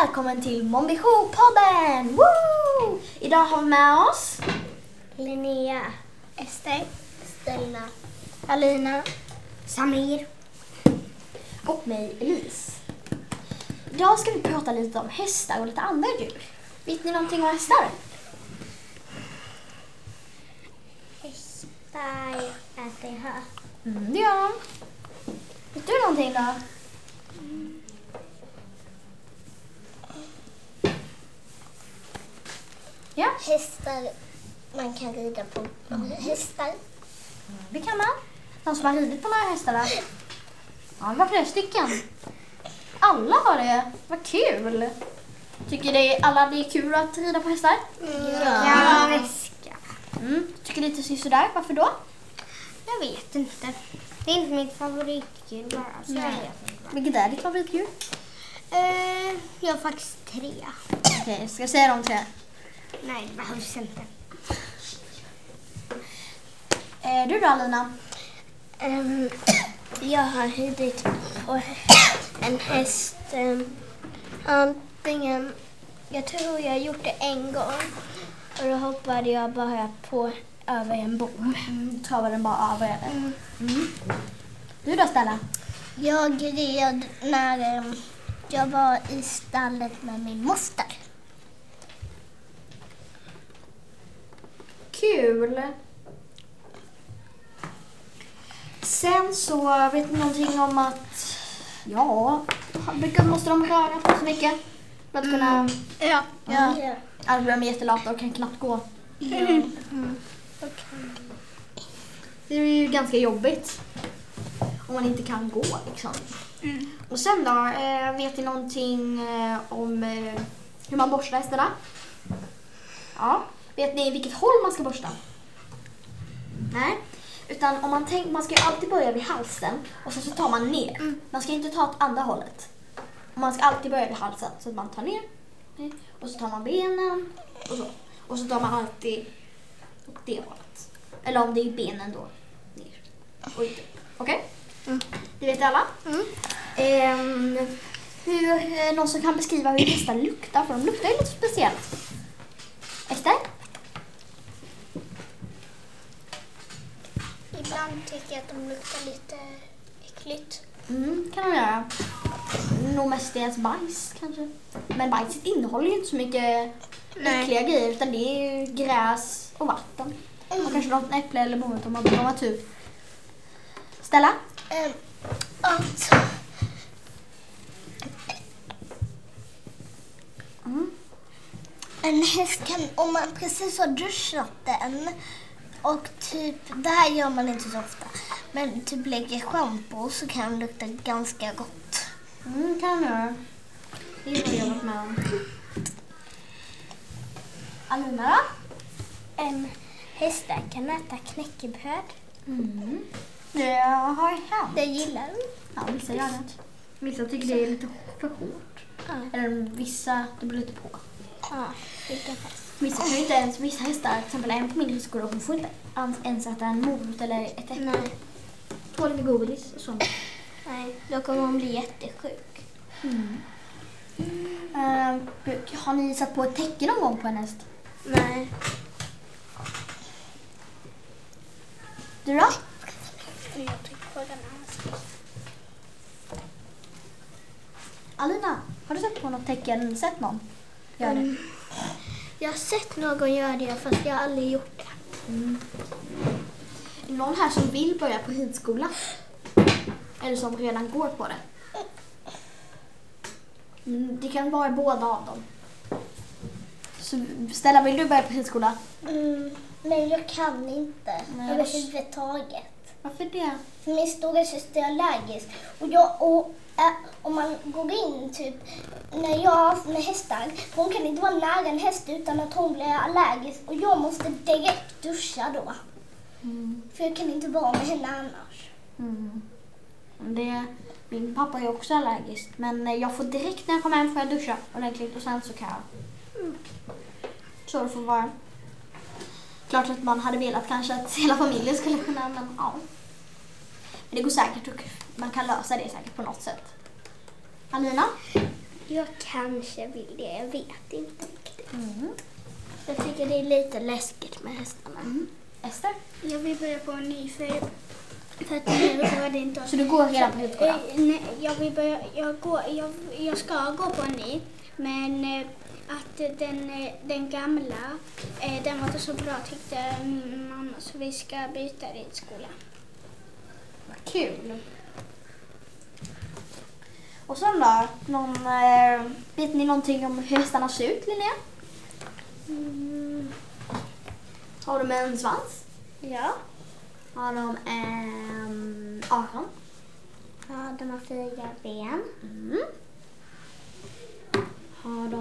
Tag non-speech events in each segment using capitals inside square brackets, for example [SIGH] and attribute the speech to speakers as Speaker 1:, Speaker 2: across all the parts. Speaker 1: välkommen till Mombition-podden! Woo! Idag har vi med oss...
Speaker 2: Linnea. Ester. Stella. Alina. Samir.
Speaker 1: Och mig, Elise. Idag ska vi prata lite om hästar och lite andra djur. Vet ni någonting om hästar?
Speaker 2: Hästar äter hö.
Speaker 1: Mm, det gör de. Vet du någonting då? Ja,
Speaker 2: Hästar man kan rida på. Hästar.
Speaker 1: det kan man. De som har ridit på några hästar då? Ja, det var flera stycken. Alla har det. Vad kul! Tycker ni alla det är kul att rida på hästar?
Speaker 2: Mm. Ja. väska.
Speaker 1: Mm. Tycker ni inte det är sådär? Varför då?
Speaker 2: Jag vet inte. Det är inte mitt favoritdjur bara. Så jag,
Speaker 1: Nej.
Speaker 2: vet inte.
Speaker 1: Vilket är ditt favoritdjur?
Speaker 2: Eh, jag har faktiskt tre.
Speaker 1: Okej, ska jag säga de tre?
Speaker 2: Nej, det behövs inte.
Speaker 1: Eh, du då Alina?
Speaker 2: Ehm, jag har ridit på en häst. ehm, antingen, jag tror jag har gjort det en gång. Och då hoppade jag bara på över en Ehm, bom.
Speaker 1: Mm, travar den bara över eller? Du då Stella?
Speaker 2: Jag red när ehm, jag var i stallet med min moster.
Speaker 1: Kul! Sen så vet ni någonting om att, ja, brukar, måste de röra på sig mycket? För att kunna,
Speaker 2: Ja.
Speaker 1: Ja. annars blir de jättelata och kan knappt gå. Mm. Det är ju ganska jobbigt. Om man inte kan gå liksom. Och sen då, eh, vet ni någonting eh, om eh, hur man borstar hästarna? Ja. Vet ni vilket håll man ska borsta? Nej. Utan om man tänker, man ska ju alltid börja vid halsen och sen så tar man ner. Man ska inte ta åt andra hållet. Och man ska alltid börja vid halsen så att man tar ner. Och så tar man benen och så. Och så tar man alltid åt det hållet. Eller om det är benen då. Ner. Och inte upp. Okej? Det vet alla?
Speaker 2: Mm.
Speaker 1: Ehm, hur, eh, någon som kan beskriva hur hästar luktar? För de luktar ju lite speciellt. Ester?
Speaker 2: Ibland tycker jag att de luktar lite äckligt.
Speaker 1: Mm, kan de göra. Nog mest deras bajs kanske. Men bajset innehåller ju inte så mycket
Speaker 2: Nej.
Speaker 1: äckliga grejer utan det är ju gräs och vatten. Och kanske något äpple eller morot om man om man har tur. Stella?
Speaker 2: Ehm, att Mm. en häst kan, om man precis har duschat den och typ, det här gör man inte så ofta, men typ lägger schampo så kan den lukta ganska gott.
Speaker 1: Mm, kan de göra. Det är vad jag har varit med om. Alina då?
Speaker 2: En häst kan äta knäckebröd.
Speaker 1: Mm. Det har hänt.
Speaker 2: Det gillar den.
Speaker 1: Ja, vissa gör det. Vissa tycker det är lite för hårt.
Speaker 2: Ja.
Speaker 1: Eller vissa, det beror lite på.
Speaker 2: ja. Vilken häst?
Speaker 1: Vissa kan ju inte ens, vissa hästar, till exempel en på min hästgård, hon får inte ans- ens äta en morot eller ett äpple.
Speaker 2: Nej.
Speaker 1: Mm. Tål inte godis och sånt.
Speaker 2: Nej, då kommer hon bli jättesjuk.
Speaker 1: Ehm, har ni satt på ett täcke någon gång på en häst?
Speaker 2: Nej.
Speaker 1: Du då?
Speaker 2: Jag tycker den här.
Speaker 1: Alina, har du satt på något täcke eller sett någon? Gör det.
Speaker 2: Mm. Jag har sett någon göra det fast jag har aldrig gjort det.
Speaker 1: Är det Mm. någon här som vill börja på ridskola? Eller som redan går på det? Mm, det kan vara i båda av dem. Så Stella, vill du börja på ridskola?
Speaker 2: men Mm, jag kan inte
Speaker 1: Nej.
Speaker 2: överhuvudtaget.
Speaker 1: Varför det?
Speaker 2: För min stora syster är allergisk. Och, jag, och ä, om man går in typ när jag har haft med hästar. för Hon kan inte vara nära en häst utan att hon blir allergisk. Och jag måste direkt duscha då. För jag kan inte vara med henne annars.
Speaker 1: Mm. Det, min pappa är också allergisk, men eh, jag får direkt när jag kommer hem får jag duscha ordentligt och sen så kan jag. Mm. Så det får vara. Klart att man hade velat kanske att hela familjen skulle kunna, men ja. Men det går säkert och man kan lösa det säkert på något sätt. Alina?
Speaker 2: Jag kanske vill det, jag vet inte riktigt. Jag tycker det är lite läskigt med hästarna.
Speaker 1: Ester?
Speaker 2: Jag vill börja på en ny för, för att nu går det inte
Speaker 1: Så du går redan på högskolan?
Speaker 2: Eh, nej, jag, vill börja, jag, går, jag, jag ska gå på en ny, men eh, att den, eh, den gamla, eh, den var inte så bra tyckte min mamma, så vi ska byta ridskola.
Speaker 1: Vad kul. Och sen då? Någon, eh, vet ni någonting om hur hästarna ser ut, Linnea? Har de en svans?
Speaker 2: Ja.
Speaker 1: Har de en öron?
Speaker 2: ja, de har fyra ben.
Speaker 1: Mm. Har de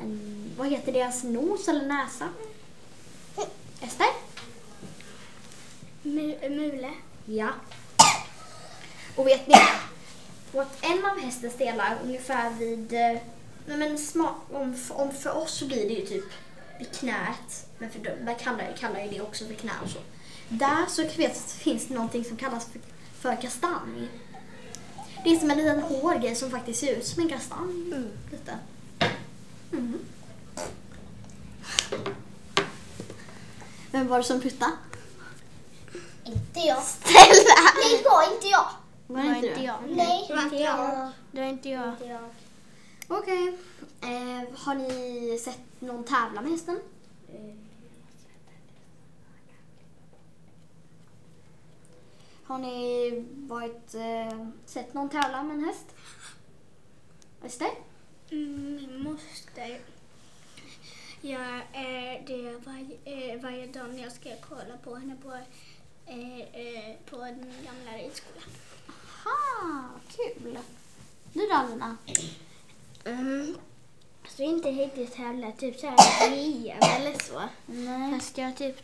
Speaker 1: en, vad heter deras nos eller näsa? Ester?
Speaker 2: mule.
Speaker 1: Ja. Och vet ni att en av hästens delar ungefär vid, eh, nej men sma, om, om för oss så blir det ju typ vid knät, men för dem, där kallar, kallar ju det också för knä och så. Där så vet, finns det någonting som kallas för, för kastanj. Det är som en liten hård grej som faktiskt ser ut som en kastanj. Lite. Mm. Vem var det som puttade?
Speaker 2: Inte jag.
Speaker 1: Stella!
Speaker 2: Nej, var inte jag.
Speaker 1: Var det inte du?
Speaker 2: Nej, det var inte jag.
Speaker 3: Det var inte jag.
Speaker 1: Okej. Eh, har ni sett någon tävla med hästen? Har ni varit, eh, sett någon tävla med en häst? Ester?
Speaker 2: Mm, Min moster. Jag, eh, det är varje, eh, varje dag när jag ska kolla på henne på, eh, eh, på den gamla ridskolan.
Speaker 1: Ha, kul! Du då Lina?
Speaker 3: Mm. Så inte riktigt heller, typ så här VM eller så.
Speaker 1: Nej.
Speaker 3: Fast jag har typ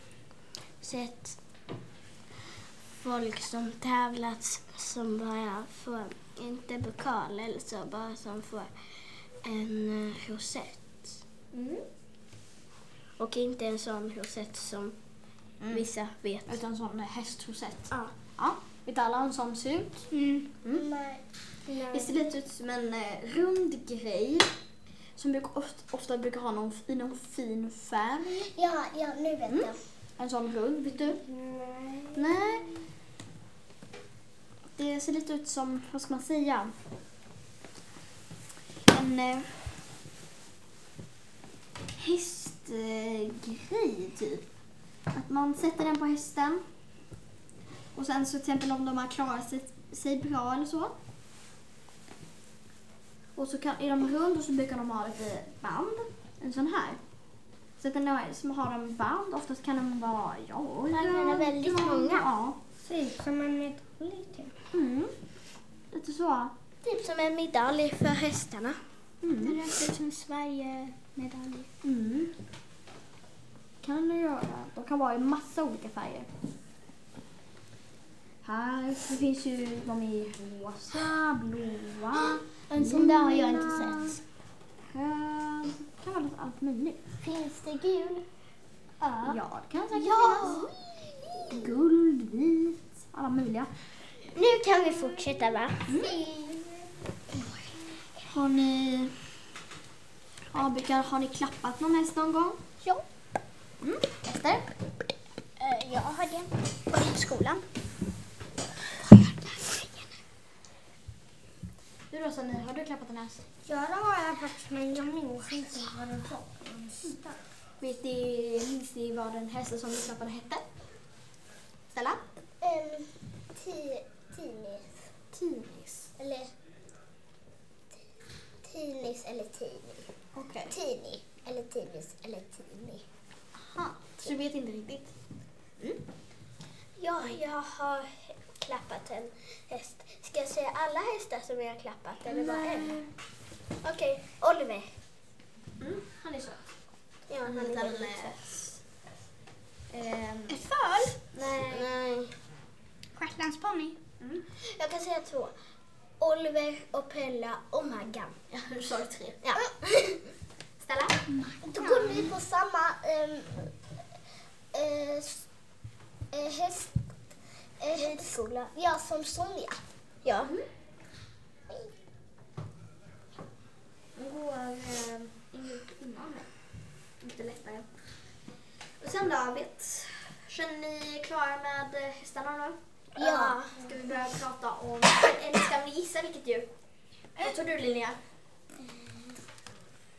Speaker 3: sett folk som tävlat som bara får, inte pokal eller så, bara som får en eh, rosett.
Speaker 1: Mm.
Speaker 3: Och inte en sån rosett som
Speaker 1: Mm.
Speaker 3: vissa vet.
Speaker 1: Utan sån eh, hästrosett?
Speaker 3: Ja.
Speaker 1: ja. Vet alla hur en sån ser ut? Mm.
Speaker 2: Nej.
Speaker 1: Det ser lite ut som en eh, rund grej som bruk, ofta, ofta brukar ha någon, i någon fin färg.
Speaker 2: Ja, ja, nu vet
Speaker 3: Mm.
Speaker 2: jag.
Speaker 1: En sån rund, vet du?
Speaker 2: Nej.
Speaker 1: Nej. Det ser lite ut som, vad ska man säga? En eh, hästgrej typ. Att man sätter den på hästen. Och sen så till exempel om de har klarat sig, sig bra eller så. Och så kan, är de rund och så brukar de ha lite band. En sån här. Så att den här som har en band, oftast kan den vara, ja,
Speaker 3: Man kan ha väldigt
Speaker 1: ja,
Speaker 3: många.
Speaker 1: Ja.
Speaker 2: Ser ut som en medalj typ.
Speaker 1: Mm. Lite så.
Speaker 3: Typ som en medalj för hästarna.
Speaker 1: Mm.
Speaker 2: Det ser ut som Sverige-medalj.
Speaker 1: Mm. Kan du göra. De kan vara i massa olika färger. Här det finns ju de i rosa, blåa,
Speaker 3: En
Speaker 1: sån där har jag inte sett. röd. Eh, Det kan vara lite allt möjligt.
Speaker 2: Finns det gul?
Speaker 1: Ja,
Speaker 2: Ja.
Speaker 1: det kan säkert
Speaker 2: Ja! Mm.
Speaker 1: finnas. Guld, vit, alla möjliga.
Speaker 3: Nu kan vi fortsätta va?
Speaker 2: Mm.
Speaker 1: Har ni, ja, brukar, har ni klappat någon häst någon gång?
Speaker 2: Ja. Eh,
Speaker 1: Mm. Ester?
Speaker 2: Jag har det. På skolan.
Speaker 1: Du då Sanni, har du klappat en häst?
Speaker 2: Ja, det har jag faktiskt, men jag minns inte vad det var.
Speaker 1: Vet ni, minns ni vad den hästen som ni klappade hette? Stella?
Speaker 2: Um, ti, tinis.
Speaker 1: Tinis.
Speaker 2: Eller... Tinis eller tini.
Speaker 1: Okej.
Speaker 2: Tini eller tinis eller tini.
Speaker 1: Aha, Så du vet inte riktigt?
Speaker 3: Ja, jag har klappat en häst. Ska jag säga alla hästar som jag har klappat eller bara en? Okej, Oliver.
Speaker 1: Mm, han är söt.
Speaker 3: Ja,
Speaker 2: Mm,
Speaker 3: han
Speaker 1: En
Speaker 3: är
Speaker 1: liten... eh,
Speaker 3: väldigt söt.
Speaker 1: Ehm,
Speaker 2: Ett föl?
Speaker 1: nej.
Speaker 3: Nej.
Speaker 2: Shetlandsponny.
Speaker 3: Jag kan säga två. Oliver och Pella och Maggan.
Speaker 1: Ja, Nu sa du tre.
Speaker 3: Ja.
Speaker 2: Ah.
Speaker 3: [LAUGHS]
Speaker 1: Stella?
Speaker 2: Då går vi på samma um,
Speaker 3: ehm, eh,
Speaker 2: uh, häst... eh,
Speaker 3: Ridskola.
Speaker 2: ja, som Sonja.
Speaker 3: Ja.
Speaker 1: går eh, en grupp innan mig. Lite lättare. Och sen då, vet, känner ni klara med eh, hästarna nu?
Speaker 2: Ja.
Speaker 1: Ska vi börja prata om, eller ska ni gissa vilket djur? Vad tror du Linnea?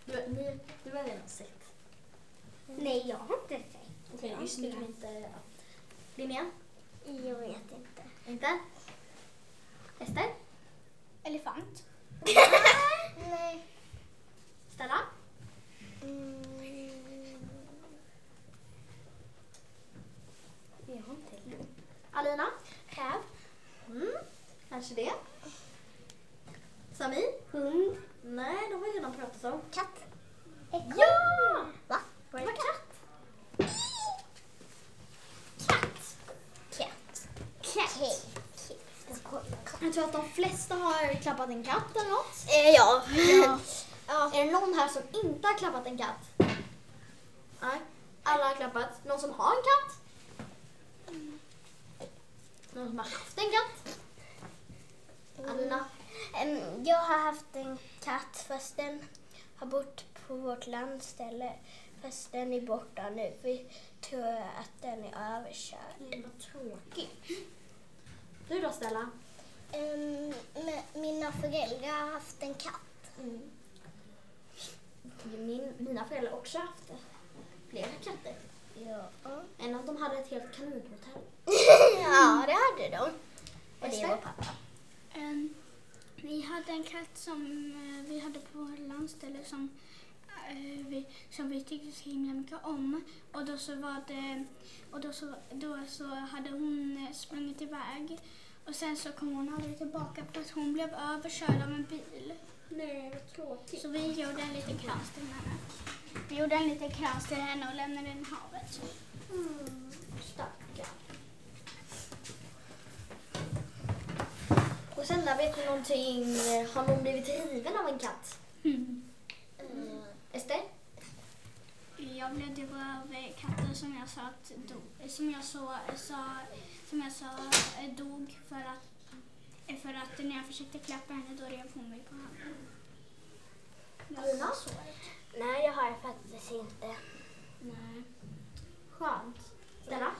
Speaker 1: Du, ni, du har redan sett.
Speaker 2: Nej, jag har inte sett.
Speaker 1: Okej, just nu kan vi inte... Ja. Linnea?
Speaker 2: Jag vet inte.
Speaker 1: Inte? Ester?
Speaker 2: Elefant? Nej.
Speaker 1: Stella?
Speaker 2: Jag har inte elefant.
Speaker 1: Alina?
Speaker 2: Räv?
Speaker 1: Mm, kanske det. Sami?
Speaker 2: Hund?
Speaker 1: Nej, de har vi redan pratat om.
Speaker 2: Katt?
Speaker 1: Ja!
Speaker 2: Va?
Speaker 1: Var det katt?
Speaker 2: Katt? Katt. Katt. Katt.
Speaker 1: Jag tror att de flesta har klappat en katt eller [LAUGHS] något.
Speaker 3: Eh,
Speaker 2: Ja.
Speaker 1: Är det någon här som inte har klappat en katt? Nej, alla har klappat. Någon som har en katt? Någon som har haft en katt? Alina?
Speaker 3: Em, Jag har haft en katt fast den har bott på vårt landställe. Fast den är borta nu. Vi tror att den är överkörd.
Speaker 1: Mm, vad tråkigt. Du då Stella?
Speaker 2: Ehm, men mina föräldrar har haft en katt. Mm.
Speaker 1: Min, mina föräldrar har också haft flera katter.
Speaker 2: Ja.
Speaker 1: En av dem hade ett helt [LAUGHS] kaninhotell.
Speaker 2: ja, det hade de. Och det
Speaker 1: Ester?
Speaker 2: var pappa.
Speaker 4: Ehm, vi hade en katt som eh, vi hade på vårt landställe som, eh, vi, som vi tyckte så himla mycket om. Och då så var det, och då så, då så hade hon eh, sprungit iväg. Och sen så kom hon aldrig tillbaka för att hon blev överkörd av en bil.
Speaker 1: Nej, vad tråkigt.
Speaker 4: Så vi gjorde en liten krans till henne. Vi gjorde en liten krans till henne och lämnade henne i havet.
Speaker 1: Mm, stackarn. Och sen där, vet ni någonting? Har någon blivit riven av en katt? Eh, Ester?
Speaker 4: Jag blev det av eh, katter som jag sa att dog, som jag så, sa, som jag sa eh, dog för att, eh, för att när jag försökte klappa henne då rev hon mig på handen.
Speaker 1: Alina?
Speaker 3: Nej, jag har faktiskt inte.
Speaker 4: Nej.
Speaker 1: Skönt. Stella?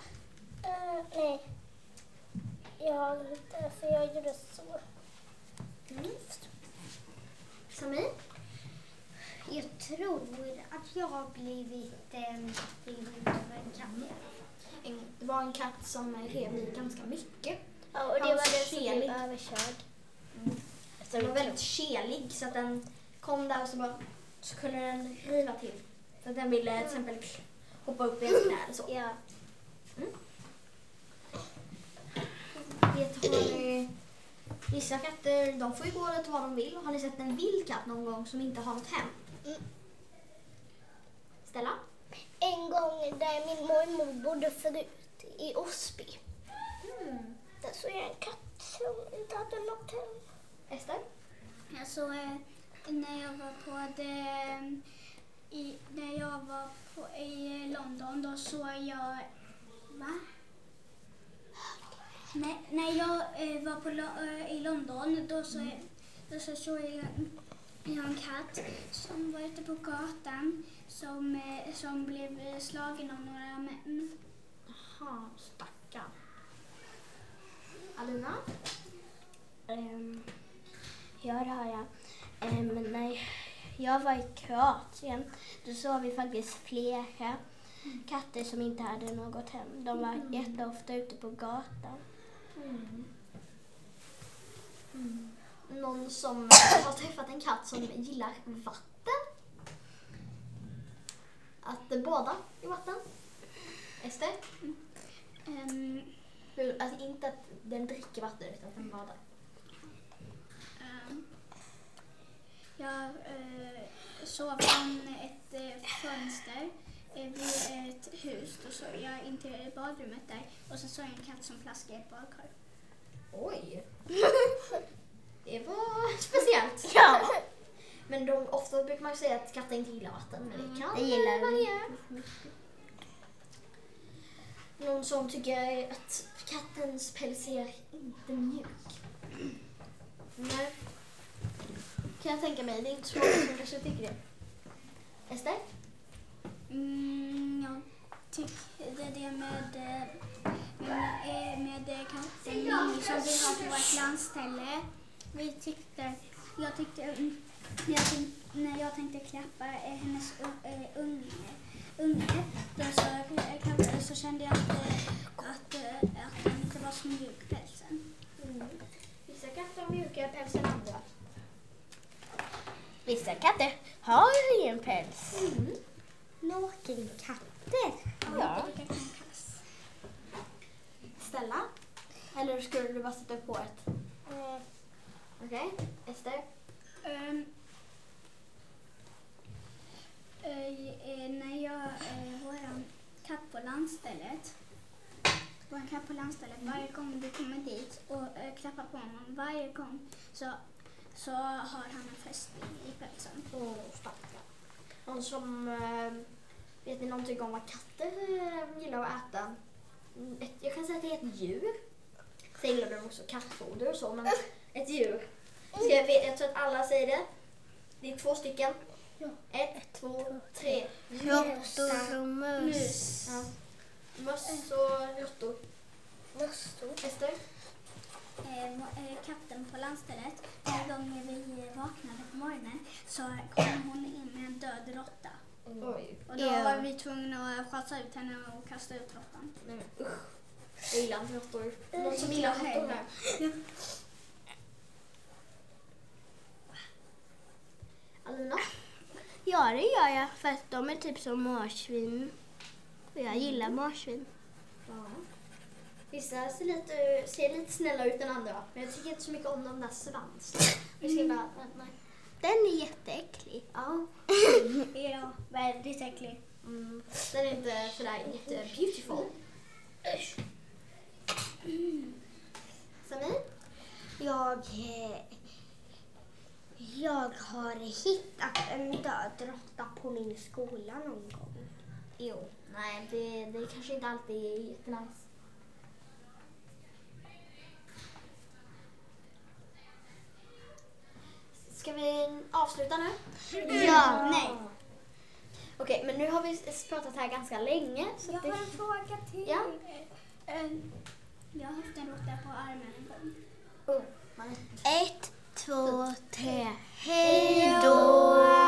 Speaker 2: Eh, nej. Jag har inte, för jag gjorde så. Mm.
Speaker 1: Samir?
Speaker 2: Jag tror att jag har blivit en bild av en katt.
Speaker 1: En, det var en katt som rev mig ganska mycket.
Speaker 2: Ja, och det
Speaker 1: Han
Speaker 2: var den som
Speaker 1: skeligt.
Speaker 2: blev överkörd.
Speaker 1: Den var väldigt kelig så att den kom där och så, bara, så kunde den riva till. Så att den ville till exempel hoppa upp i ens knä eller så.
Speaker 2: Mm.
Speaker 1: Mm.
Speaker 2: Ja.
Speaker 1: Vet, har ni, vissa katter de får ju gå åt vad de vill. Har ni sett en vild katt någon gång som inte har något hem?
Speaker 2: Mm.
Speaker 1: Stella?
Speaker 2: En gång där min mormor bodde förut, i Osby. Där såg jag en katt som inte hade något hem.
Speaker 1: Ester?
Speaker 4: Jag såg eh, när jag var på det, i, när jag var på, i London då såg jag, va? Nej, när jag eh, var på, Lo- eh, i London då så, då så såg jag, jag en katt som var ute på gatan som, eh, som blev eh, slagen av några män.
Speaker 1: Jaha, stackarn. Alina?
Speaker 3: Ehm, ja, det har jag. Ehm, när jag var i Kroatien då såg vi faktiskt flera katter som inte hade något hem. De var
Speaker 1: Mm.
Speaker 3: jätteofta ute på gatan.
Speaker 1: Mm. Någon som har träffat en katt som gillar vatten? Att bada i vatten? Ester?
Speaker 4: Ehm,
Speaker 1: Hur- Alltså inte att den dricker vatten utan att den badar.
Speaker 4: Ehm, Jag eh, såg från ett eh, fönster eh, vid ett hus. Då såg jag in till badrummet där och så såg jag en katt som plaskade i ett badkar.
Speaker 2: [LAUGHS]
Speaker 1: Oj! Det var speciellt.
Speaker 3: Ja.
Speaker 1: Men de, ofta brukar man ju säga att katter inte gillar vatten, men
Speaker 2: Mm,
Speaker 1: det kan
Speaker 3: Det gillar de.
Speaker 1: variera. Någon som tycker att kattens päls är inte mjuk. Nej. Okej, kan jag tänka mig. Det är inte så många som kanske tycker det. Ester?
Speaker 4: Mm, jag tyckte det med, eh, med, eh, med eh, katten Mimmi som vi har på vårt landställe. Vi tyckte, jag tyckte, mm, när jag tänkte, när jag tänkte klappa eh, hennes u- eh, unge, unge då så, eh, klappade, så kände jag att, eh, att, eh, att den inte var så mjuk pälsen.
Speaker 1: Vissa katter har mjukare päls än andra.
Speaker 2: Vissa katter har ingen päls.
Speaker 1: Mm.
Speaker 2: Naken katter. Ja.
Speaker 4: Det kan kallas.
Speaker 1: Ställa? Eller skulle du bara sätta upp håret?
Speaker 3: Eh,
Speaker 1: Okej, Ester?
Speaker 4: Ehm, eh, när jag, eh, våran katt på landstället, våran katt på landstället, varje gång vi kommer dit och eh, klappar på honom, varje gång så, så har han en fästing i pälsen.
Speaker 1: Oh, stackarn. Någon som... eh, Vet ni någonting om vad katter eh, gillar att äta? Mm, Ett, jag kan säga att det är ett djur. Sen gillar de också kattfoder och så, men ett djur. Ska jag, ve- jag tror att alla säger det. Det är två stycken. Ett, två, tre.
Speaker 3: Råttor och mus.
Speaker 1: Ja. Möss och råttor. Ester?
Speaker 4: Eh, mo- eh, katten på landstället, varje gång vi eh, vaknade på morgonen så kom hon in med en död råtta.
Speaker 1: Oj.
Speaker 4: Och då
Speaker 3: Ew.
Speaker 4: var vi tvungna att skjutsa ut henne och kasta ut råttan.
Speaker 1: Nej, men usch. Jag gillar inte råttor. Någon som gillar
Speaker 4: Inte jag
Speaker 1: råttor här? Alina?
Speaker 3: Ja, det gör jag. För att de är typ som marsvin. Och jag gillar marsvin.
Speaker 1: Mm. Ja. Vissa ser lite, ser lite snälla ut än andra, men jag tycker inte så mycket om de där svansen. Jag ska bara, nej.
Speaker 3: Mm. Den är jätteäcklig. [LAUGHS]
Speaker 1: Ja.
Speaker 4: Ja, väldigt äcklig.
Speaker 1: Mm. Den är inte sådär jättebeautiful. Samir?
Speaker 3: Jag, eh, jag har hittat en död råtta på min skola någon gång.
Speaker 1: Jo. Nej, det, det kanske inte alltid är jättenice. Ska vi avsluta nu?
Speaker 3: Ja, nej.
Speaker 1: Okej, men nu har vi s- pratat här ganska länge. Så
Speaker 4: Jag
Speaker 1: att det...
Speaker 4: har en fråga till.
Speaker 1: Ja.
Speaker 4: Eh, Jag har haft en råtta på armen en gång.
Speaker 1: Oh,
Speaker 3: Ett, två, tre. Hej då!